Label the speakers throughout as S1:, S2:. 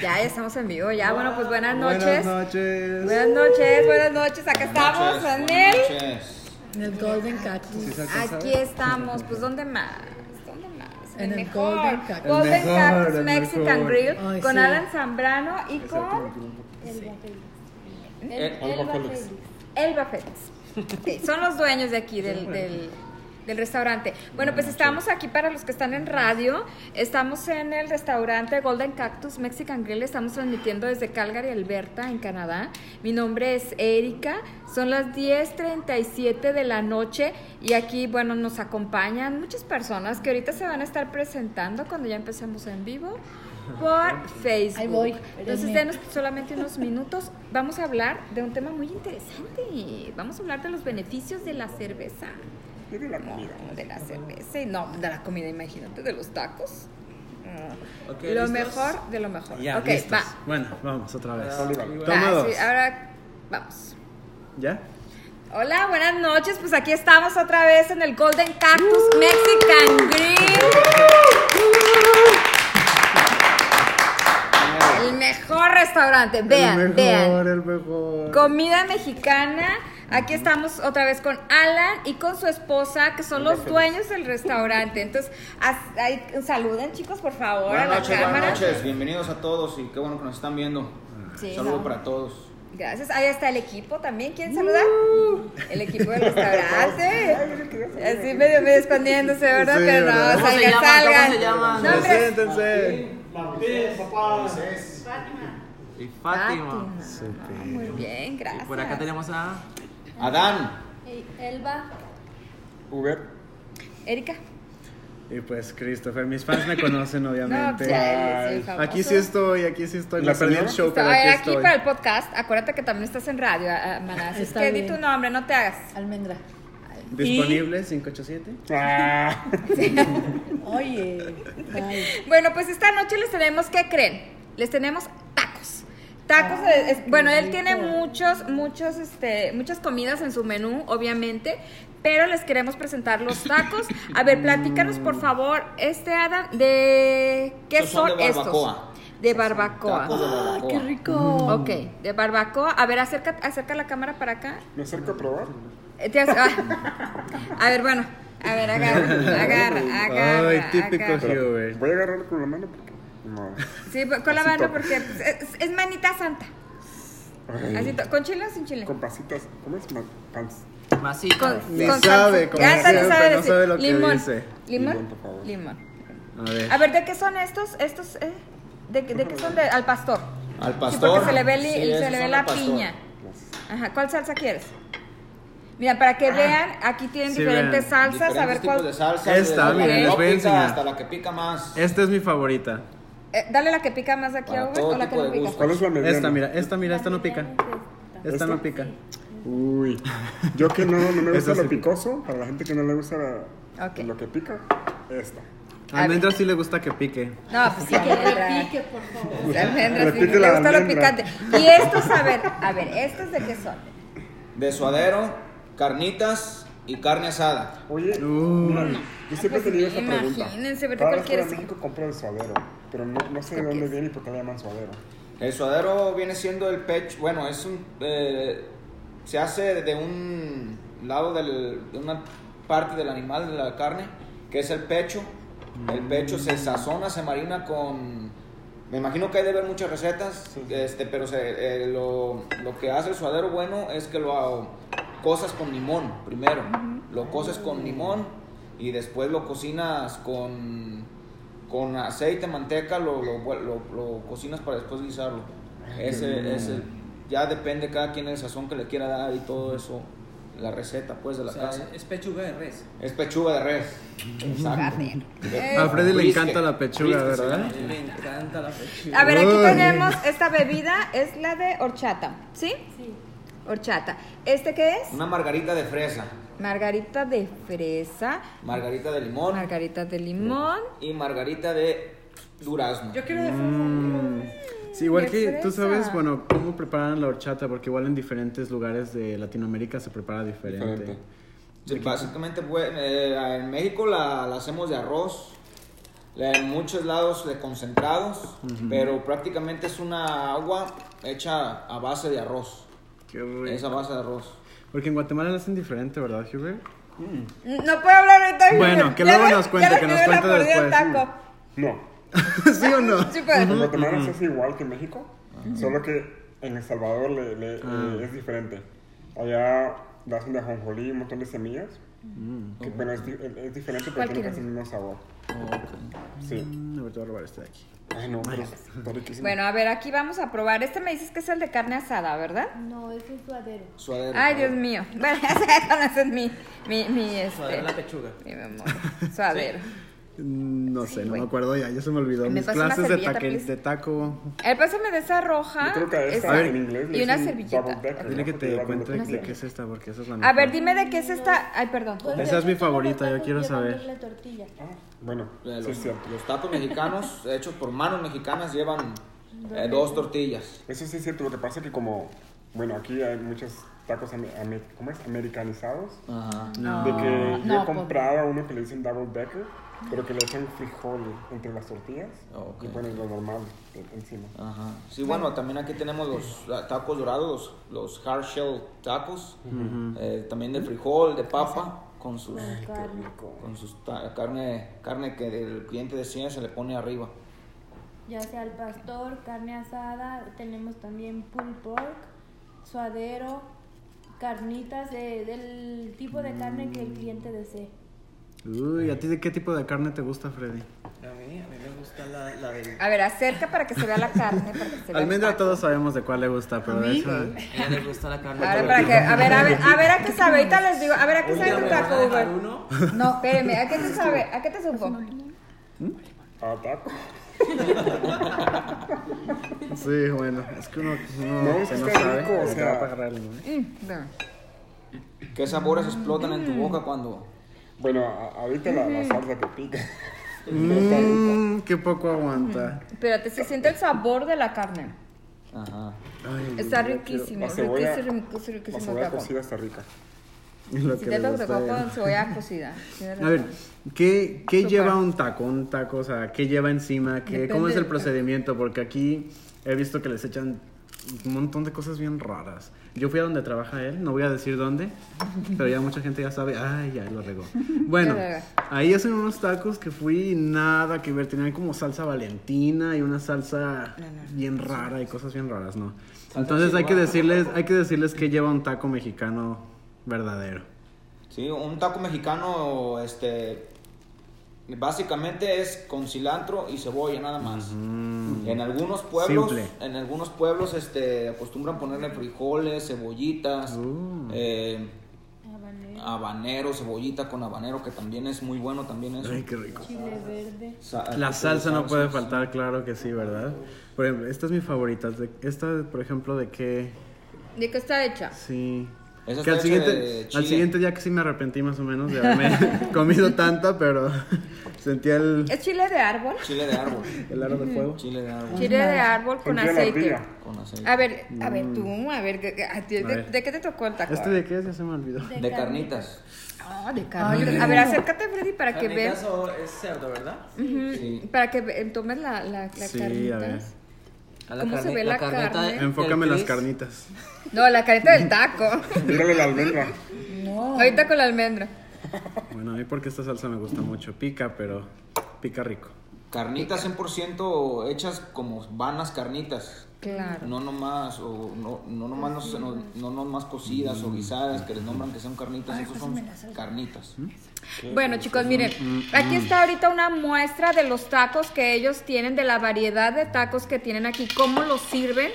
S1: Ya estamos en vivo, ya. Bueno, pues buenas noches.
S2: Buenas noches.
S1: Buenas noches, buenas noches. Acá estamos, Anel.
S3: En el Golden Cactus.
S2: Sí, se alcanza a
S1: Aquí
S2: ver.
S1: estamos. Pues, ¿dónde más? ¿Dónde más?
S3: En el Golden Cactus.
S1: Golden
S2: El mejor,
S1: Cactus
S2: el
S1: Mexican
S2: mejor.
S1: Grill.
S3: Ay,
S1: con
S3: sí.
S1: Alan Zambrano y
S2: Exacto,
S1: con
S4: El,
S2: Eh,
S4: el bacalao.
S1: Elba Félix. Sí, son los dueños de aquí del, del- del restaurante. Bueno, pues estamos aquí para los que están en radio. Estamos en el restaurante Golden Cactus Mexican Grill. Estamos transmitiendo desde Calgary, Alberta, en Canadá. Mi nombre es Erika. Son las 10:37 de la noche y aquí, bueno, nos acompañan muchas personas que ahorita se van a estar presentando cuando ya empecemos en vivo por Facebook.
S3: Ahí voy,
S1: Entonces,
S3: espérenme.
S1: denos solamente unos minutos, vamos a hablar de un tema muy interesante. Vamos a hablar de los beneficios de la cerveza. Y de la comida. De la cerveza. y No, de la comida, imagínate, de los tacos. Mm.
S4: Ok,
S1: lo
S4: ¿listos?
S1: mejor de lo mejor.
S4: Ya,
S1: ok,
S4: listos.
S1: va.
S2: Bueno, vamos otra vez.
S1: Va,
S2: Toma dos.
S1: Ah, sí, ahora vamos.
S2: ¿Ya?
S1: Hola, buenas noches. Pues aquí estamos otra vez en el Golden Cactus Mexican Grill. El mejor restaurante. Vean,
S2: el mejor,
S1: vean.
S2: el mejor.
S1: Comida mexicana. Aquí estamos otra vez con Alan y con su esposa, que son los dueños del restaurante. Entonces, haz- ahí- saluden, chicos, por favor, a la
S5: Buenas noches,
S1: cámara.
S5: buenas noches, bienvenidos a todos y qué bueno que nos están viendo.
S1: Sí,
S5: Saludo
S1: ¿no?
S5: para todos.
S1: Gracias. Ahí está el equipo también. ¿Quieren saludar?
S2: Uh.
S1: El equipo del restaurante. Así medio, medio escondiéndose, ¿verdad?
S2: Sí,
S1: Pero no,
S2: ¿verdad?
S1: salgan,
S4: ¿Cómo se llaman? ¿Cómo
S1: salgan.
S4: se llaman?
S1: No, hombre.
S2: Preséntense.
S4: Y Fátima.
S1: Fátima.
S2: Súper.
S1: Ah, Muy bien,
S4: Y
S1: gracias.
S4: por acá tenemos a.
S5: Adán.
S6: Elba.
S5: Uber.
S1: Erika.
S2: Y pues, Christopher, mis fans me conocen, obviamente.
S1: No, ya eres el famoso.
S2: aquí sí estoy, aquí sí estoy.
S5: ¿La
S2: Me perdí el
S5: señora?
S2: show, pero
S1: A ver,
S2: aquí
S1: aquí
S2: estoy.
S1: para el podcast, acuérdate que también estás en radio, ah, ah, Maná. Así es
S3: Está
S1: que di
S3: bien.
S1: tu nombre, no te hagas.
S3: Almendra.
S2: Disponible 587.
S3: Oye. ay,
S1: Bueno, pues esta noche les tenemos, ¿qué creen? Les tenemos tacos. Tacos,
S3: Ah,
S1: eh, es-
S3: qué
S1: bueno, él
S3: rico.
S1: tiene muchos, muchos, este, muchas comidas en su menú, obviamente, pero les queremos presentar los tacos. A ver, platícanos, por favor, este Adam, de qué
S5: Estos son
S1: son,
S5: de
S1: estos.
S5: barbacoa.
S1: De barbacoa.
S5: Tacos de
S3: ah,
S5: barbacoa.
S3: qué rico.
S1: Ok, de barbacoa. A ver, acerca, acerca la cámara para acá.
S5: ¿Me acerco a probar?
S1: Eh, te hace- ah. A ver, bueno. A ver, agarra, agarra, agarra.
S2: Ay, típico
S1: agarra.
S2: Hubert.
S7: Voy a agarrar con la mano porque. No.
S1: Sí, pues, con la
S7: Así
S1: mano
S7: to-
S1: porque pues, es, es manita santa. Así to- ¿Con chile o sin chile?
S7: Con pasitas. ¿Cómo es? Ma- Pans.
S4: Masita.
S1: Con-
S2: Ni
S1: con
S2: sabe,
S1: salsa.
S2: como
S1: Ya hasta ni
S2: siempre,
S1: sabe
S2: no
S1: decir.
S2: sabe lo que
S1: Limón.
S2: dice.
S1: Limón.
S7: Limón, por favor.
S1: Limón.
S2: A ver.
S1: A ver, ¿de qué son estos? Estos eh, ¿De, qué- de qué son? De, al pastor.
S5: Al
S1: Sí,
S5: pastor.
S1: porque se le ve, li-
S5: Sí,
S1: se
S5: esos
S1: le ve
S5: son
S1: la
S5: al pastor.
S1: piña.
S7: Las-
S1: Ajá, ¿cuál salsa quieres? Mira, para que vean, aquí tienen
S2: Sí,
S1: diferentes
S2: vean.
S1: salsas,
S5: Diferentes
S1: a ver
S5: tipos
S1: cuál.
S5: de salsas,
S2: Esta,
S5: desde la
S2: miren,
S5: que
S2: les voy
S5: no
S2: a
S5: pica
S2: enseñar.
S5: Hasta la que pica más.
S2: Esta es mi favorita.
S1: Eh, dale la que pica más de aquí,
S5: Para
S1: Hugo,
S5: todo
S1: o la que
S5: tipo
S1: no
S5: de
S1: pica.
S5: gusto.
S7: ¿Cuál es la mediana?
S2: Esta, mira, esta, mira, esta no pica. Esta no pica.
S7: Uy. Yo que no, no me gusta
S2: Eso sí.
S7: lo picoso. Para la gente que no le gusta la-
S1: Ok.
S7: lo que pica, esta.
S2: Almendra sí le gusta que pique.
S1: No, pues sí,
S6: Que
S1: almendra.
S6: repique, por favor.
S1: Almendra, sí,
S7: Repite
S1: me
S7: la
S1: gusta lo
S7: almendra.
S1: picante. Y estos, a ver, a ver, ¿estos de qué son?
S5: De suadero, carnitas y carne asada.
S7: Oye,
S2: Uy.
S7: mira, yo siempre he tenido esa pregunta.
S1: Pues imagínense, ¿verdad?
S7: Cada
S1: ¿Cuál
S7: vez que voy a
S1: quieres?
S7: México compro el suadero, pero no, no sé de
S1: ¿Cuál
S7: dónde
S1: quieres?
S7: viene y por qué le llaman suadero.
S5: El suadero viene siendo el pecho, bueno, es un, eh, se hace de un lado del- de una parte del animal, de la carne, que es el pecho. El pecho se sazona, se marina con, me imagino que hay de ver muchas recetas, este, pero se- eh, lo, lo que hace el suadero bueno es que lo hago- cosas con limón primero, lo coces con limón y después lo cocinas con con aceite, manteca, lo, lo, vuel- lo- lo cocinas para después guisarlo. Ese, ese, ya depende cada quien el sazón que le quiera dar y todo eso, la receta pues de la casa.
S4: es pechuga de res.
S5: Es pechuga de res. Exacto.
S1: Eh,
S2: A Freddy le
S5: Brisket.
S2: encanta la pechuga,
S5: Brisket se
S2: ¿verdad?
S5: llama.
S4: Me encanta la pechuga.
S1: A ver, aquí
S2: Uy.
S1: tenemos esta bebida, es la de horchata, ¿sí?
S6: Sí.
S1: Horchata. ¿Este qué es?
S5: Una margarita de fresa,
S1: Margarita de fresa,
S5: margarita de limón
S1: margarita de limón.
S5: y margarita de durazno.
S6: Yo quiero de fresa.
S2: Mm, Sí, igual
S1: De
S2: que tú
S1: fresa.
S2: sabes, bueno, cómo preparan la horchata, porque igual en diferentes lugares de Latinoamérica se prepara diferente.
S7: Diferente.
S5: Sí, básicamente pues, eh, en México la, la hacemos de arroz, la- en muchos lados de concentrados, pero prácticamente es una agua hecha a base de arroz.
S2: Qué rico.
S5: Es a base de arroz.
S2: Porque en Guatemala la hacen diferente, ¿verdad, Hubert?
S1: Mm, No puedo hablar ahorita.
S2: Bueno,
S1: Hubert.
S2: que
S1: Ya
S2: luego
S1: me-
S2: nos cuente,
S1: ya me
S2: que nos
S1: quedé la
S2: cuente
S1: mordida del
S2: después.
S1: taco.
S7: No.
S2: ¿Sí o no?
S1: Sí, pero-
S7: En Guatemala se hace igual que en México, solo que en El Salvador le- le- le- es diferente. Allá le hacen de ajonjolí un montón de semillas, que, pero es, di- es- es diferente
S1: ¿Cuál
S7: pero tiene
S1: quieres?
S7: casi el mismo sabor. Sí.
S2: Mm, A ver, te voy a robar este de aquí.
S7: Ay, no, pero está riquísimo.
S1: Bueno, a ver, aquí vamos a probar. Este me dices que es el de carne asada, ¿verdad?
S6: No, es un suadero.
S5: Suadero.
S1: Ay, Dios mío. Bueno, ese es mi, mi, mi, este,
S4: Suadero la pechuga.
S1: mi memoria. Suadero.
S2: Mm, No sé, no
S1: güey.
S2: me acuerdo ya, ya se me olvidó.
S1: Me
S2: Mis
S1: pasas una
S2: clases de,
S1: servilleta,
S2: taque-
S1: please.
S2: de taco.
S1: A ver, pásame de esa roja.
S7: Yo creo que a esa
S1: esa,
S7: en inglés le
S1: y una
S7: dicen
S1: servilleta.
S7: double decker,
S2: Dile
S7: ¿no?
S2: que
S7: Porque
S2: te
S7: lleva
S2: cuente
S7: doble
S2: de
S7: tequila.
S2: qué es esta, porque esa es la mejor.
S1: A ver, dime de qué es esta. Ay, perdón.
S2: Esa es mi favorita, yo quiero
S6: Llevan
S2: saber.
S6: La tortilla.
S7: Ah, bueno,
S5: Eh,
S7: sí es
S5: Los,
S7: cierto.
S5: los tacos mexicanos hechos por manos mexicanas llevan eh, dos tortillas.
S7: Eso sí es cierto, lo que pasa es que como, bueno, aquí hay muchos tacos ame- ame- ¿cómo es? americanizados,
S5: Ajá.
S7: de que yo
S3: no,
S7: he comprado uno que le dicen double decker, pero que le echan frijol entre las tortillas
S5: Ok.
S7: y ponen lo normal en- encima.
S5: Ajá. Sí, bueno, también aquí tenemos los ah, tacos dorados, los, los hard shell tacos, eh, también de frijol, de papa, con sus,
S7: Qué rico.
S5: con sus ta- carne, carne que el cliente decía se le pone arriba.
S6: Ya sea al pastor, carne asada, tenemos también pulled pork, suadero, carnitas de- del tipo de carne que el cliente desee.
S2: Uy, ¿a ti de qué tipo de carne te gusta, Freddy?
S4: A mí, a mí me gusta la, la del...
S1: A ver, acerca para que se vea la carne. Para que se vea el
S2: Almendra
S1: taco.
S2: todos sabemos de cuál le gusta, pero de hecho...
S4: A ella le gusta la carne.
S1: A ver, para que, a ver, a ver, a ver a qué sabe. Ahorita les digo, a ver a qué
S4: Oye,
S1: sabe tu
S4: ¿me van a
S1: taco,
S4: dejar
S1: Uber.
S4: uno?
S1: No, espérame, ¿a qué te sabe? ¿A qué te supo? Mm,
S7: Ah, taco.
S2: Sí, bueno, es que uno, uno
S7: No, es
S2: que
S7: que
S2: no
S7: está
S2: sabe,
S7: rico, o
S2: le
S7: sea.
S2: va a pagar algo, ¿eh?
S1: Mm, dame.
S5: ¿Qué sabores explotan en tu
S7: Mm.
S5: boca cuando...?
S7: Bueno, a- ahorita la, la salsa que pica.
S2: Mmm, qué poco aguanta.
S1: Espérate, se siente el sabor de la carne.
S5: Ajá.
S2: Ay,
S1: Está
S7: Mm, Yo quiero-
S1: riquísimo,
S7: la cebolla-
S1: riquísimo, riquísimo,
S7: La
S1: riquísimo
S7: cebolla
S1: taco.
S7: cocida está rica.
S2: lo
S1: Si
S2: que
S1: te
S2: le
S1: lo
S2: gusta a
S1: tocó con
S2: ella.
S1: cebolla cocida. Tienes
S2: A ver,
S1: razón.
S2: ¿qué, qué
S1: Súper.
S2: lleva un taco? Un taco, o sea, ¿qué lleva encima? ¿Qué, ¿Cómo
S3: Depende
S2: es el
S3: del taco.
S2: procedimiento? Porque aquí he visto que les echan un montón de cosas bien raras. Yo fui a donde trabaja él, no voy a decir dónde, pero ya mucha gente ya sabe, ay, ya lo regó. Bueno,
S1: Ya regó.
S2: ahí hacen unos tacos que fui y nada que ver, tenían como salsa valentina y una salsa bien rara y cosas bien raras, ¿no? Entonces hay que
S4: chihuahua.
S2: decirles, hay que decirles qué lleva un taco mexicano verdadero.
S5: Sí, un taco mexicano, este, básicamente es con cilantro y cebolla nada más. En algunos pueblos,
S2: Mm. Simple.
S5: en algunos pueblos, este, acostumbran ponerle frijoles, cebollitas,
S2: Uh.
S5: eh,
S6: Habanero,
S5: habanero, cebollita con habanero, que también es muy bueno también eso.
S2: Ay, qué rico.
S6: chile verde.
S5: Sa- este,
S2: La salsa no
S5: salsas.
S2: puede faltar, claro que sí, ¿verdad? Por ejemplo, esta es mi favorita. de- Esta, por ejemplo, de que...
S1: ¿De qué está hecha?
S2: Sí.
S5: Esa
S2: Que al
S5: está hecha
S2: siguiente,
S5: de
S2: al
S5: chile.
S2: siguiente día que sí me arrepentí más o menos de haberme comido tanta, pero sentía el,
S1: ¿Es chile de árbol?
S5: Chile de árbol,
S2: el aro de fuego.
S5: chile de árbol
S1: Chile de árbol con
S7: Sentía la
S1: aceite.
S7: ardilla.
S5: con aceite.
S1: A ver, a ver tú, a ver, ¿de, a ti-
S2: Mm. A
S1: de-
S2: ver.
S1: de qué te tocó el taco?
S2: ¿Este de qué es? Ya se me olvidó.
S5: De carnitas.
S1: Ah, de carne. a ver, acércate, Freddy, para que
S4: Carnitas
S1: veas.
S4: o es cerdo, ¿verdad?
S5: Sí.
S1: Para que ve- tomes la, la, la
S2: Sí,
S1: carnitas.
S2: a ver.
S4: A la
S1: ¿Cómo se
S4: carne-
S1: ve la
S4: carneta
S1: carne?
S4: del
S2: Enfócame las
S4: Chris.
S2: carnitas.
S1: No, la carita del taco.
S7: Mírale la almendra.
S3: No.
S1: Ahorita con la almendra.
S2: Bueno, a mí porque esta salsa me gusta mucho. Pica, pero pica rico.
S5: Carnitas 100% hechas como van las carnitas.
S1: Claro.
S5: No nomás, o no, no nomás, no, se- no, no nomás cocidas o guisadas que les nombran que son carnitas, esos son carnitas.
S1: Bueno, chicos, miren, aquí está ahorita una muestra de los tacos que ellos tienen, de la variedad de tacos que tienen aquí, cómo los sirven.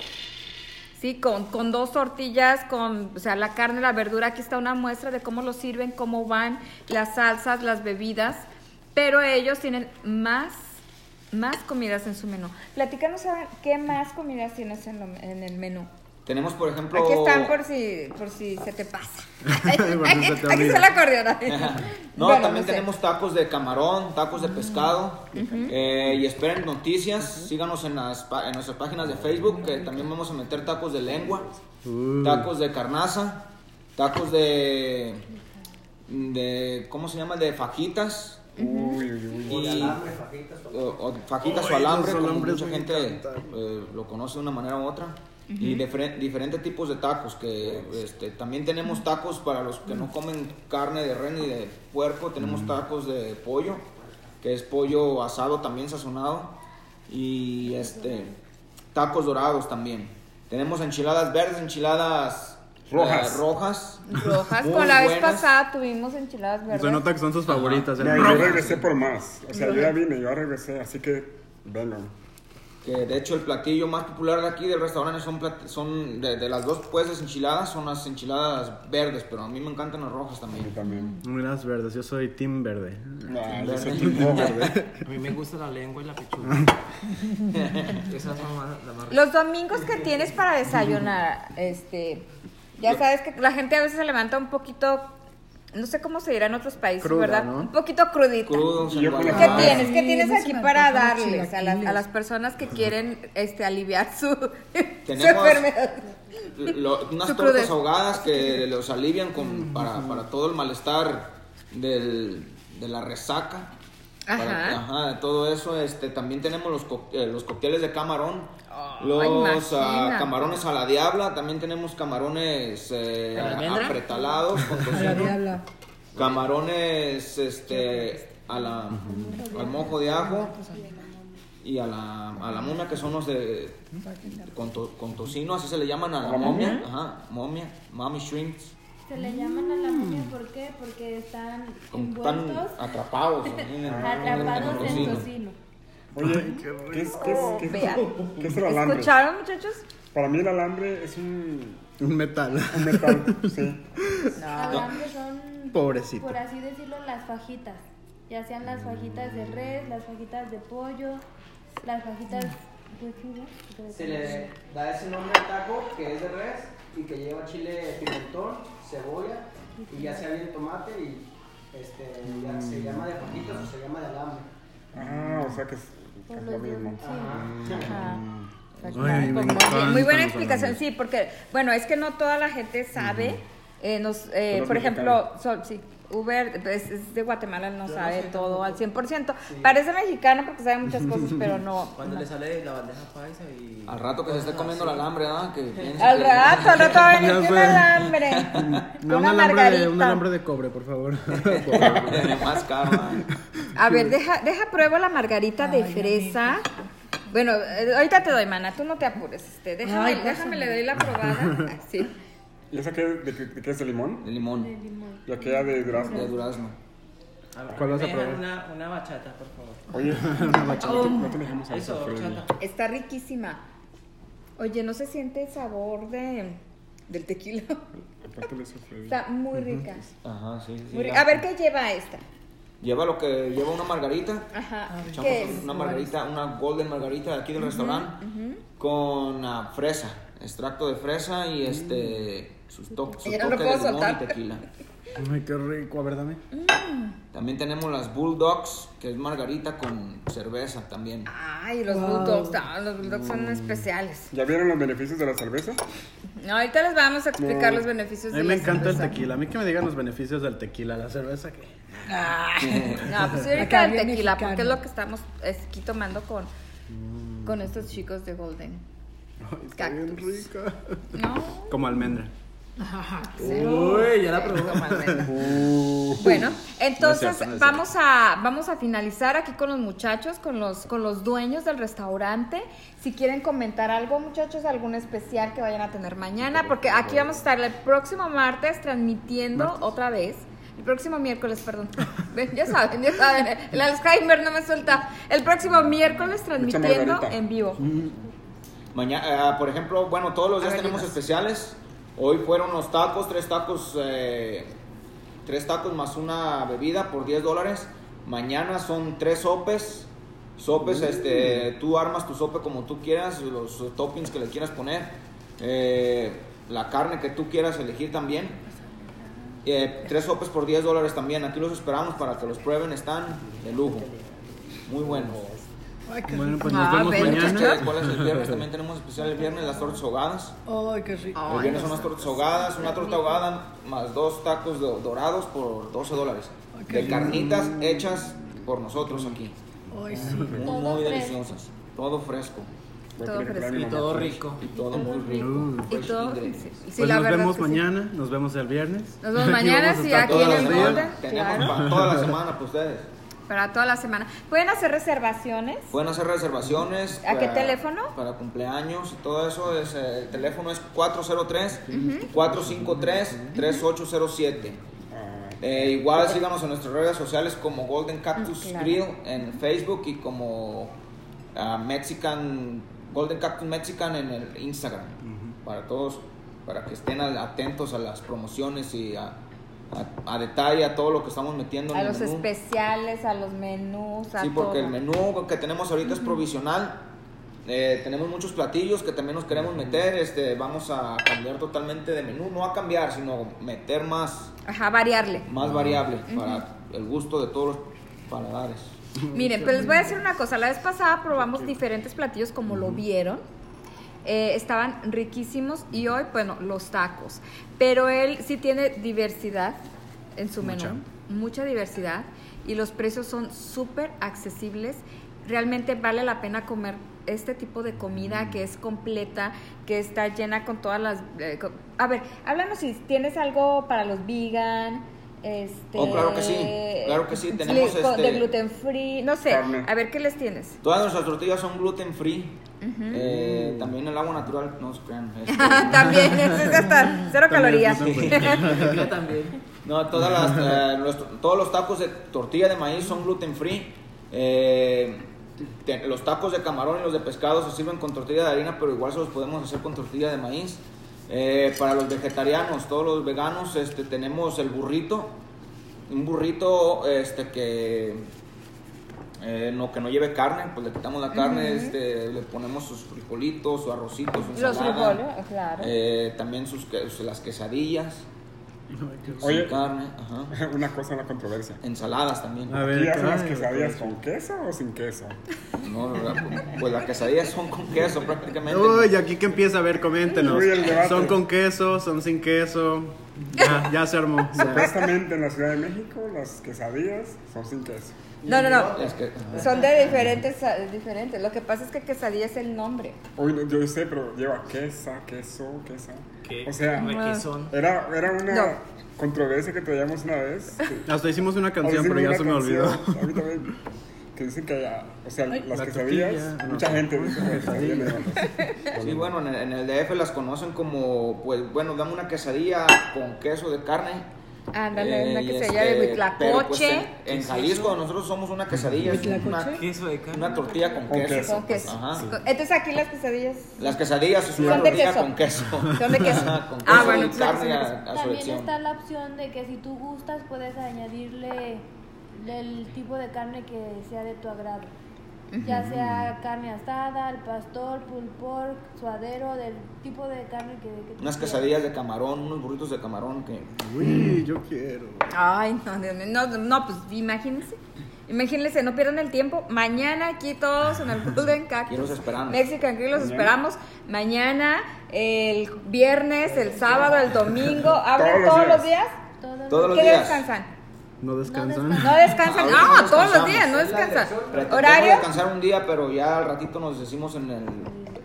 S1: Sí, con, con dos tortillas, con, o sea, la carne, la verdura. Aquí está una muestra de cómo los sirven, cómo van, las salsas, las bebidas. Pero ellos tienen más, más comidas en su menú. Platícanos, Adán, ¿qué más comidas tienes en, lo- en el menú?
S5: Tenemos, por ejemplo,
S1: Aquí están por si, por si se te pasa.
S2: Por si se te
S1: aquí
S2: olvida.
S1: está la coordinadora.
S5: no,
S1: Bueno,
S5: también
S1: sé.
S5: tenemos tacos de camarón, tacos de pescado. eh, y esperen noticias, síganos en, las, pa- en nuestras páginas de Facebook, que también vamos a meter tacos de lengua,
S2: Uh.
S5: tacos de carnaza, tacos de, de, ¿cómo se llama? De fajitas.
S7: Uy, uy, uy.
S5: Y o- o fajitas o
S2: Ay, los
S5: alambre, como
S2: alambres
S5: mucha
S2: me
S5: gente
S2: encantan.
S5: eh, lo conoce de una manera u otra. Y diferen- diferentes tipos de tacos, que este, también tenemos tacos para los que no comen carne de ren ni de puerco, tenemos tacos de pollo, que es pollo asado también sazonado, y este tacos dorados también. Tenemos enchiladas verdes, enchiladas eh,
S7: Rojas.
S5: rojas.
S1: Rojas.
S5: Muy
S1: Con la vez
S5: buenas.
S1: pasada tuvimos enchiladas verdes.
S2: Se nota que son sus favoritas. ¿eh?
S7: No,
S2: el
S7: yo
S2: rojo.
S7: regresé por más. O sea, yo ya vine, yo ya regresé, así que vengan.
S5: Que de hecho el platillo más popular de aquí del restaurante son, plat- son de, de las dos puestas enchiladas, son las enchiladas verdes, pero a mí me encantan las rojas
S7: Yo
S5: también.
S7: también.
S2: Muy las verdes, yo soy team verde.
S7: Nah, yo soy tipo verde.
S4: A mí me gusta la lengua y la pechuga. Esas son más- las más ricas.
S1: Los domingos que tienes para desayunar, este, ya sabes que la gente a veces se levanta un poquito, no sé cómo se dirá en otros países,
S2: Cruda,
S1: ¿verdad?
S2: ¿no?
S1: Un poquito crudita.
S5: Crudos,
S7: Y yo con
S5: enguayadas.
S1: ¿Qué
S7: Ah,
S1: tienes?
S3: sí,
S1: ¿Qué tienes
S3: no se
S1: aquí
S3: me
S1: para
S3: antojan
S1: darles a las,
S3: chilaquiles.
S1: a las personas que quieren este, aliviar su, su
S5: Tenemos-
S1: enfermedad?
S5: Lo- unas
S1: Su
S5: tortas
S1: crudeza.
S5: ahogadas que los alivian con, para, para todo el malestar del- de la resaca.
S1: Ajá.
S5: Para- ajá, de todo eso. Este, también tenemos los, co- eh, los cócteles de camarón.
S1: Oh,
S5: los ah,
S1: imagínate.
S5: camarones a la diabla. También tenemos camarones eh,
S4: ¿A la almendra?
S5: apretalados con
S3: A la
S5: tocino.
S3: diabla.
S5: Camarones este, a la, al mojo de ajo y a la, a la momia, que son los de con, to- con tocino, así se le llaman a la momia. Ajá, momia, mommy shrimps.
S6: Se le llaman a la momia, ¿por qué? Porque están
S5: Con, están
S6: envueltos,
S5: atrapados. en- en-
S6: atrapados en tocino.
S7: Oye, ¿qué es, qué es, qué es-
S1: Vean.
S7: qué es el alambre?
S1: ¿Escucharon, muchachos?
S7: Para mí el alambre es un,
S2: Un metal.
S7: un metal, sí.
S6: Hablando son,
S2: Pobrecito.
S6: por así decirlo, las fajitas. Ya sean las fajitas de res, las fajitas de pollo, las fajitas de
S8: Se le da ese nombre al taco que es de res y que lleva chile pimentón, cebolla y ya se abre el tomate y este, ya se llama de fajitas o se llama de alambre.
S7: Ah, o sea que es, que
S6: Por
S7: es lo
S6: los dedos,
S7: mismo.
S6: sí.
S1: Ajá.
S2: Ay,
S1: Muy bien,
S2: me
S1: muy
S2: encantan los
S1: buena explicación,
S2: alambres.
S1: sí, porque, bueno, es que no toda la gente sabe. eh, nos, eh,
S7: Los
S1: por ejemplo, Sol, sí, Uber pues, es de Guatemala, no sabe todo al 100%. Parece mexicano porque sabe muchas cosas, pero no.
S4: Cuando le sale la bandeja paisa y.
S5: Al rato que se esté comiendo el alambre, ¿verdad? Que piense
S1: Al
S5: que-
S1: rato, al rato va a venir
S2: Ya
S1: con
S2: sé.
S1: un alambre.
S2: No, un
S1: una
S2: alambre, de,
S1: margarita.
S2: un alambre de cobre, por favor.
S5: Más ¿eh? caro. ¿verdad?
S1: A ver, deja, deja pruebo la margarita de fresa. Bueno, eh, ahorita te doy, mana, tú no te apures. Este, déjame,
S3: Ay,
S1: déjame, le doy la probada. Ah, Sí.
S7: ¿Y esa qué, de, qué- de qué es de limón?
S5: De limón,
S7: Y aquella de
S5: de
S7: durazno.
S5: durazno.
S4: A ver,
S2: ¿Cuál vas a
S4: me dejan
S2: probar?
S4: Una, una bachata, por favor.
S7: Oye, no te, no te dejamos a
S4: Eso, bachata.
S1: Está riquísima. Oye, no se siente el sabor de, del tequila.
S7: Aparte le sufre.
S1: Está muy rica.
S5: Ajá, sí, sí,
S1: Muy ri-
S5: ya.
S1: A ver qué lleva esta.
S5: Lleva lo que lleva una margarita.
S2: Ah,
S1: Ajá.
S5: Echamos
S1: ¿Qué es?
S5: Una margarita, una golden margarita de aquí del restaurante con ah, fresa, extracto de fresa y este sus to- su
S1: Mm. Ya no
S5: toque de
S1: puedo
S5: limón
S1: soltar.
S5: y tequila.
S2: Ay, qué rico, a ver, dame.
S5: También tenemos las bulldogs, que es margarita con cerveza también.
S1: Ay, los bulldogs. no, los bulldogs son
S2: Mm.
S1: especiales.
S7: ¿Ya vieron los beneficios de la cerveza?
S1: No, ahorita les vamos a explicar los beneficios
S2: A mí
S1: de
S2: me
S1: la
S2: encanta el
S1: cerveza.
S2: tequila. A mí que me digan los beneficios del tequila, la cerveza que.
S1: No, pues ahorita
S3: Acá
S1: el
S3: bien
S1: tequila,
S3: mexicano.
S1: porque es lo que estamos es, aquí tomando con, con estos chicos de Golden.
S2: Ay, está bien
S1: Cactus.
S2: rica.
S1: No,
S2: Como almendra.
S4: Uy, ya la probé.
S1: no mames.
S7: Uh,
S1: Bueno, entonces
S2: cierto, no es
S1: vamos a vamos a finalizar aquí con los muchachos, con los con los dueños del restaurante. Si quieren comentar algo, muchachos, algún especial que vayan a tener mañana, porque aquí vamos a estar el próximo martes transmitiendo otra vez. El próximo miércoles, perdón. Ven, ya saben, ya saben. El Alzheimer no me suelta. El próximo miércoles transmitiendo
S7: margarita.
S1: en vivo.
S5: Mañana, eh, por ejemplo, bueno, todos los
S1: A
S5: días
S1: ver,
S5: tenemos
S1: dinos.
S5: especiales. Hoy fueron los tacos, tres tacos, eh, tres tacos más una bebida por 10 dólares. Mañana son tres sopes. Sopes, este, tú armas tu sope como tú quieras, los toppings que le quieras poner, eh, la carne que tú quieras elegir también. Eh, tres sopes por 10 dólares también. Aquí los esperamos para que los prueben, están de lujo. Muy buenos.
S3: Ay, qué
S2: Bueno,
S3: rico.
S2: pues nos
S1: Ah,
S2: vemos
S1: ven,
S2: mañana.
S1: muchachos.
S5: ¿Cuál es el viernes? También tenemos especial el viernes las tortas ahogadas.
S3: Ay, qué rico.
S5: El viernes son unas tortas ahogadas, una torta ahogada más dos tacos do- dorados por 12 dólares. de carnitas hechas por nosotros aquí.
S3: Ay, sí.
S5: Muy,
S6: Todo
S5: muy
S6: fresco.
S5: deliciosas. Todo fresco.
S1: Todo fresco.
S4: Y todo rico.
S5: Y todo muy rico.
S1: Y
S5: Fresh
S1: todo.
S5: ingredients.
S1: sí, sí,
S2: pues
S1: la
S2: nos
S1: verdad
S2: vemos
S1: que sí.
S2: mañana, nos vemos el viernes.
S1: Nos vemos mañana, sí, aquí
S5: Toda
S1: en
S5: la
S1: el
S5: semana.
S1: Golden.
S5: Tenemos
S1: Claro.
S5: para toda la semana para ustedes.
S1: Para toda la semana. ¿Pueden hacer reservaciones?
S5: Pueden hacer reservaciones.
S1: ¿A qué teléfono?
S5: Para cumpleaños y todo eso. es, eh, el teléfono es 403-453-3807.
S7: Ah,
S5: Eh, igual síganos en nuestras redes sociales como Golden Cactus
S1: Mm, claro.
S5: Grill en Facebook y como ah, Mexican Golden Cactus Mexican en el Instagram. Para todos, para que estén al- atentos a las promociones y a, a- a detalle a todo lo que estamos metiendo en
S1: A
S5: el
S1: los
S5: menú.
S1: especiales, a los menús, a
S5: Sí, porque
S1: todo.
S5: el menú que tenemos ahorita es provisional. Eh, tenemos muchos platillos que también nos queremos meter. Este, vamos a cambiar totalmente de menú, no a cambiar, sino meter más,
S1: Ajá, variarle.
S5: más variables para el gusto de todos los paladares.
S1: Miren, pero les voy a decir una cosa. La vez pasada probamos diferentes platillos como lo vieron. Eh, estaban riquísimos y hoy, bueno, los tacos. Pero él sí tiene diversidad en su menú,
S2: Mucha.
S1: mucha diversidad y los precios son súper accesibles. Realmente vale la pena comer este tipo de comida
S5: Mm.
S1: que es completa, que está llena con todas las... eh, co- a ver, háblanos si tienes algo para los vegan. Este,
S5: Oh, claro que sí, claro que sí, tenemos,
S1: con- De
S5: este,
S1: gluten free, no sé.
S7: carne.
S1: A ver qué les tienes.
S5: Todas nuestras tortillas son gluten free. Eh, también el agua natural, no se crean. este,
S1: También, es gastar cero
S2: También
S1: calorías.
S2: es gluten free.
S4: Yo también.
S5: No, todas las, eh, los- todos los tacos de tortilla de maíz son gluten free. Eh, te- los tacos de camarón y los de pescado se sirven con tortilla de harina, pero igual se los podemos hacer con tortilla de maíz. Eh, para los vegetarianos, todos los veganos, este, tenemos el burrito. Un burrito este, que, eh, no, que no lleve carne, pues le quitamos la carne, este, le ponemos sus frijolitos, su arrocito, su
S1: Los
S5: ensalada,
S1: frijoles, claro.
S5: eh, también sus, que- las quesadillas.
S7: Oye.
S5: Sin carne, ajá.
S7: Una cosa, una controversia.
S5: Ensaladas también.
S2: A
S7: ¿Y
S2: ver, pues,
S7: hacen las
S2: ay,
S7: quesadillas con queso o sin queso?
S5: No, la- pues las quesadillas son con queso prácticamente.
S2: Uy, aquí que empieza a ver, coméntenos.
S7: Uy, el debate.
S2: ¿Son con queso? ¿Son sin queso? Ya, ya se armó.
S7: Supuestamente en la Ciudad de México las quesadillas son sin queso.
S1: No, no, no.
S5: Las que-
S1: Son de diferentes, ah, diferentes. Lo que pasa es que quesadilla es el nombre.
S7: Uy, no, yo sé, pero lleva quesa, queso, quesa.
S4: ¿Qué?
S7: O sea,
S4: Requesón.
S7: era, era una
S1: No.
S7: controversia que traíamos una vez. que-
S2: Hasta hicimos una
S7: Ahora
S2: canción,
S7: sí
S2: pero ya
S7: una
S2: se me
S7: canción,
S2: olvidó.
S7: A mí también. Que dicen que, ah, o sea, las
S2: La
S7: quesadillas,
S2: tortilla,
S7: mucha
S2: no.
S7: gente dice que las quesadillas le llaman así.
S5: Sí, bueno, en el, en el DF las conocen como, pues bueno, dame una quesadilla con queso de carne.
S1: Ándale,
S5: eh,
S1: una
S5: y
S1: quesadilla de
S5: pero, pues,
S1: huitlacoche.
S5: en, en Jalisco nosotros somos una quesadilla, es una,
S4: Queso de carne.
S5: una tortilla con
S7: Con
S5: queso.
S7: queso.
S1: Con queso.
S5: Ajá.
S1: Con- Entonces aquí las quesadillas.
S5: Las quesadillas es una
S1: Son de
S5: tortilla
S1: queso.
S5: con queso.
S1: Son de queso.
S5: Ajá, con
S1: Ah,
S5: queso
S1: bueno,
S5: y
S1: entonces las
S5: carne
S1: quesadillas.
S5: a, a su
S6: También
S5: elección.
S6: está la opción de que si tú gustas puedes añadirle el tipo de carne que sea de tu agrado. Ya sea carne asada, al pastor, pulled pork, suadero, del tipo de carne que, que tú
S5: Unas
S6: quieras.
S5: quesadillas de camarón, unos burritos de camarón que
S2: Uy, yo quiero.
S1: Ay, no, Dios mío. No, no, pues imagínense. Imagínense, no pierdan el tiempo. Mañana aquí todos en el Golden
S5: aquí
S1: Cactus.
S5: los esperamos.
S1: Mexican Grill los
S7: Mañana.
S1: esperamos mañana, el viernes, el sábado, el domingo. ¿Abren
S7: Todos
S1: todos
S7: los
S1: los días?
S6: Todos
S5: Todos
S1: ¿Qué
S5: los
S1: día
S5: días.
S1: descansan?
S2: No descansan.
S1: No descansan.
S5: Ahorita
S1: Ah,
S5: no
S1: todos los
S5: descansamos.
S1: días, no
S8: Es la
S1: descansan.
S8: lección.
S5: Pretendemos
S1: ¿Horario?
S5: descansar un día, pero ya al ratito nos decimos en el...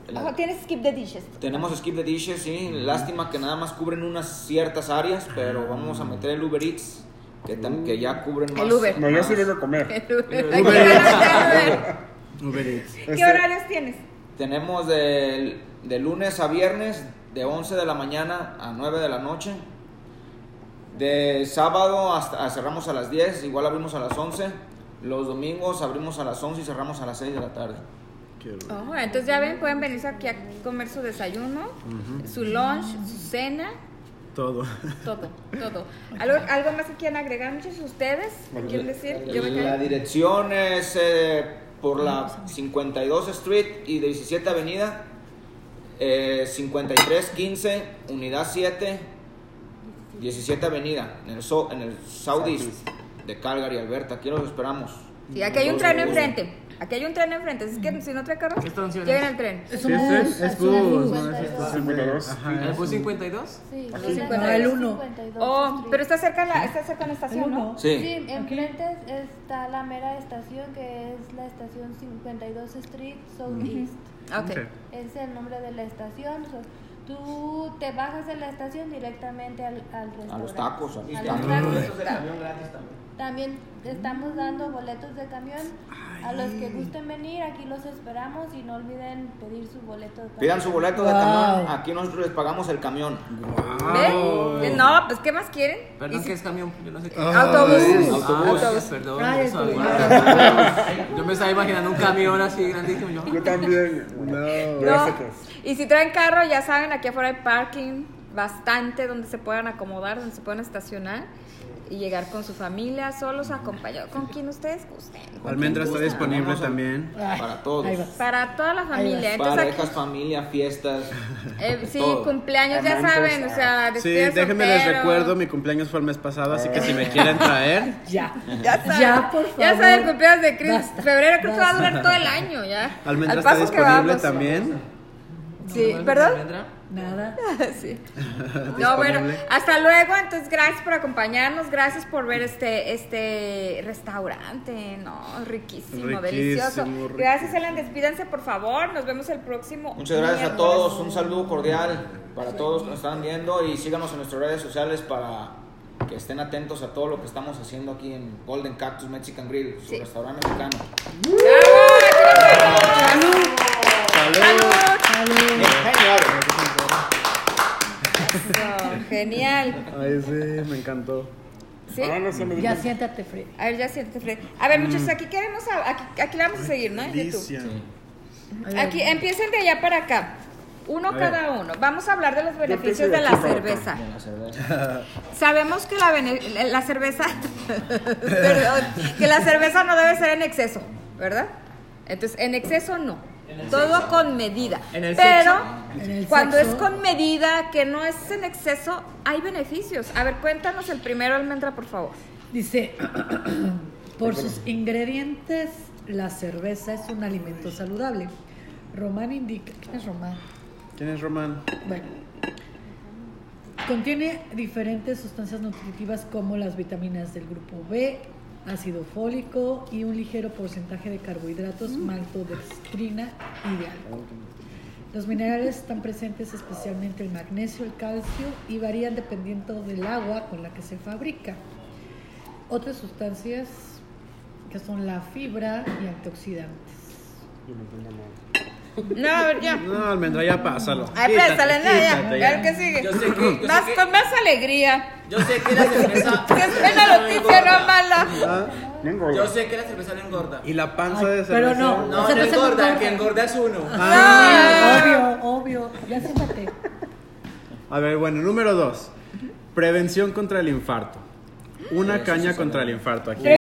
S5: en la-
S1: Ojo, Tienes skip the dishes.
S5: tenemos skip de dishes, sí. Lástima que nada más cubren unas ciertas áreas, pero vamos a meter el Uber Eats, que, tam- que ya cubren más.
S1: El Uber.
S7: No, yo
S5: más.
S7: sí vengo a comer.
S1: ¿Qué horarios,
S2: Uber Eats.
S1: ¿Qué
S5: Este.
S1: horarios tienes?
S5: Tenemos del- de, lunes a viernes, de 11 de la mañana a 9 de la noche. De sábado hasta a- cerramos a las 10, igual abrimos a las 11. Los domingos abrimos a las 11 y cerramos a las 6 de la tarde.
S2: Quiero.
S1: Oh, entonces ya ven, pueden venirse aquí a comer su desayuno, su lunch, su cena,
S2: Todo.
S1: todo, todo. ¿Algo, algo más que quieran agregar, muchos ustedes? ¿Quieren decir? Yo me
S5: La
S1: quedé-
S5: dirección es eh, por la 52 Street y 17 Avenida, eh, 5315, Unidad 7, 17 Avenida, en el, so- en el Southeast de Calgary, Alberta. Aquí los esperamos.
S1: Sí, aquí hay un
S5: Con
S1: treno
S5: gusto.
S1: enfrente. Aquí hay un tren enfrente, así que si no trae carro,
S4: Estaciones.
S1: lleguen al tren.
S3: Es
S2: Sí, es tren, es bus, no es
S6: 52.
S2: estación de- ajá,
S4: ¿El
S2: es
S4: bus
S2: un-
S4: 52?
S6: Sí,
S1: Aquí.
S6: la
S1: No,
S6: estación
S1: el
S3: uno.
S6: 52
S1: Oh,
S6: Street.
S1: pero está cerca la, está cerca la estación, ¿no?
S5: Sí.
S6: Sí, enfrente está la mera estación que es la estación 52 Street Southeast.
S1: Ok.
S6: Ese es el nombre de la estación. So, tú te bajas de la estación directamente al, al restaurante.
S5: A los tacos, a los
S8: Y
S6: A
S5: tacos.
S6: los
S8: tenemos
S6: tacos.
S8: boletos de camión gratis también.
S6: También estamos dando boletos de camión. A los que gusten venir, aquí los esperamos y no olviden pedir su boleto. de
S5: Pidan
S6: camión.
S5: su boleto de
S3: Wow.
S5: camión. Aquí nosotros les pagamos el camión.
S2: Wow.
S1: ¿Ven? No, pues ¿qué más quieren?
S4: Perdón, que es camión. Yo no sé qué.
S2: Ah.
S1: Autobús.
S4: Autobús.
S1: Autobús.
S4: Perdón.
S3: Ah,
S4: eso,
S3: autobús.
S4: ah, Yo me estaba imaginando un camión así grandísimo. Yo,
S7: Yo también. pues.
S2: No.
S7: Yo ya
S1: No.
S7: sé qué es.
S1: Y si traen carro, ya saben, aquí afuera hay parking bastante donde se puedan acomodar, donde se puedan estacionar y llegar con su familia, solos, acompañados, con quien ustedes gusten. con
S2: Almendra
S1: quien
S2: está
S1: gustan.
S2: disponible también.
S5: Para todos.
S3: Ahí va.
S1: Para toda la familia. Entonces, aquí,
S5: Parejas, familia, fiestas.
S1: eh, sí,
S5: todo.
S1: cumpleaños, ya
S7: Amantes,
S1: saben, o
S7: ah.
S1: sea,
S2: Sí,
S1: despide
S2: déjenme les
S1: soltero.
S2: recuerdo, mi cumpleaños fue el mes pasado, así que si me quieren traer,
S3: Ya.
S1: Ya saben,
S3: Ya, por favor.
S1: Ya saben, cumpleaños de Chris.
S3: Basta.
S1: Febrero creo que va a durar todo el año, ya.
S2: Almendra
S1: Al
S2: está
S1: paso que
S2: disponible
S1: vamos.
S2: también.
S1: Sí,
S4: ¿no?
S1: ¿perdón?
S4: Almendra.
S3: Nada.
S1: Sí. No, bueno,
S2: Disponible.
S1: hasta luego. Entonces, gracias por acompañarnos, gracias por ver este este restaurante, no, riquísimo,
S2: Riquísimo,
S1: delicioso.
S2: riquísimo.
S1: Gracias, Alan, despídanse por favor. Nos vemos el próximo.
S5: Muchas gracias a
S1: miércoles.
S5: todos. Un saludo cordial para todos que nos están viendo y síganos en nuestras redes sociales para que estén atentos a todo lo que estamos haciendo aquí en Golden Cactus Mexican Grill, su
S1: Sí.
S5: restaurante mexicano.
S2: Salud.
S5: Genial.
S1: Eso, genial.
S2: Ay, sí, me encantó.
S1: Sí.
S7: Ah, no sé, me
S3: Ya
S7: dijeron.
S3: siéntate, Fred.
S1: A ver, ya siéntate, Fred. A ver, muchachos, aquí queremos a- aquí, aquí la vamos a seguir, ¿no? En YouTube.
S2: Delicia.
S3: A ver.
S1: Aquí, empiecen de allá para acá. Uno
S2: ver.
S1: cada uno. Vamos a hablar de los beneficios
S7: empiezo
S1: de
S7: de
S1: la
S7: aquí para acá.
S1: cerveza.
S5: De la cerveza.
S1: Sabemos que la, bene- la cerveza, perdón, que la cerveza no debe ser en exceso, ¿verdad? Entonces, en exceso no. Todo con medida.
S4: En el
S1: Pero
S3: En el
S1: cuando
S3: sexo.
S1: es con medida, que no es en exceso, hay beneficios. A ver, cuéntanos el primero, Almendra, por favor.
S3: Dice, por sus ingredientes, la cerveza es un alimento saludable. Román indica, ¿quién es Román?
S2: ¿Quién es Román?
S3: Bueno, contiene diferentes sustancias nutritivas como las vitaminas del grupo B, ácido fólico y un ligero porcentaje de carbohidratos, maltodextrina y de alcohol. Los minerales están presentes especialmente el magnesio, el calcio y varían dependiendo del agua con la que se fabrica. Otras sustancias que son la fibra y antioxidantes.
S7: Yo no tengo nada.
S1: No, a ver, ya.
S2: No, Almendra, ya pásalo.
S1: Ay,
S2: Quítate,
S1: préstale, no, ya.
S2: quítate,
S1: A ver qué sigue.
S4: Yo sé que- yo
S1: más,
S4: sé que-
S1: Con más alegría.
S4: Yo sé que la cerveza.
S1: Que es buena noticia, no mala.
S2: Ah,
S7: Me engorda.
S4: Yo sé que la cerveza no engorda.
S2: Y la panza de cerveza.
S3: pero no.
S4: No,
S3: La
S4: no
S3: cerveza no
S4: engorda. El
S3: engorda.
S4: que engorda es uno.
S1: Ah.
S3: obvio, obvio. Ya siéntate.
S2: A ver, bueno, número dos. Prevención contra el infarto. Una caña contra el infarto. Aquí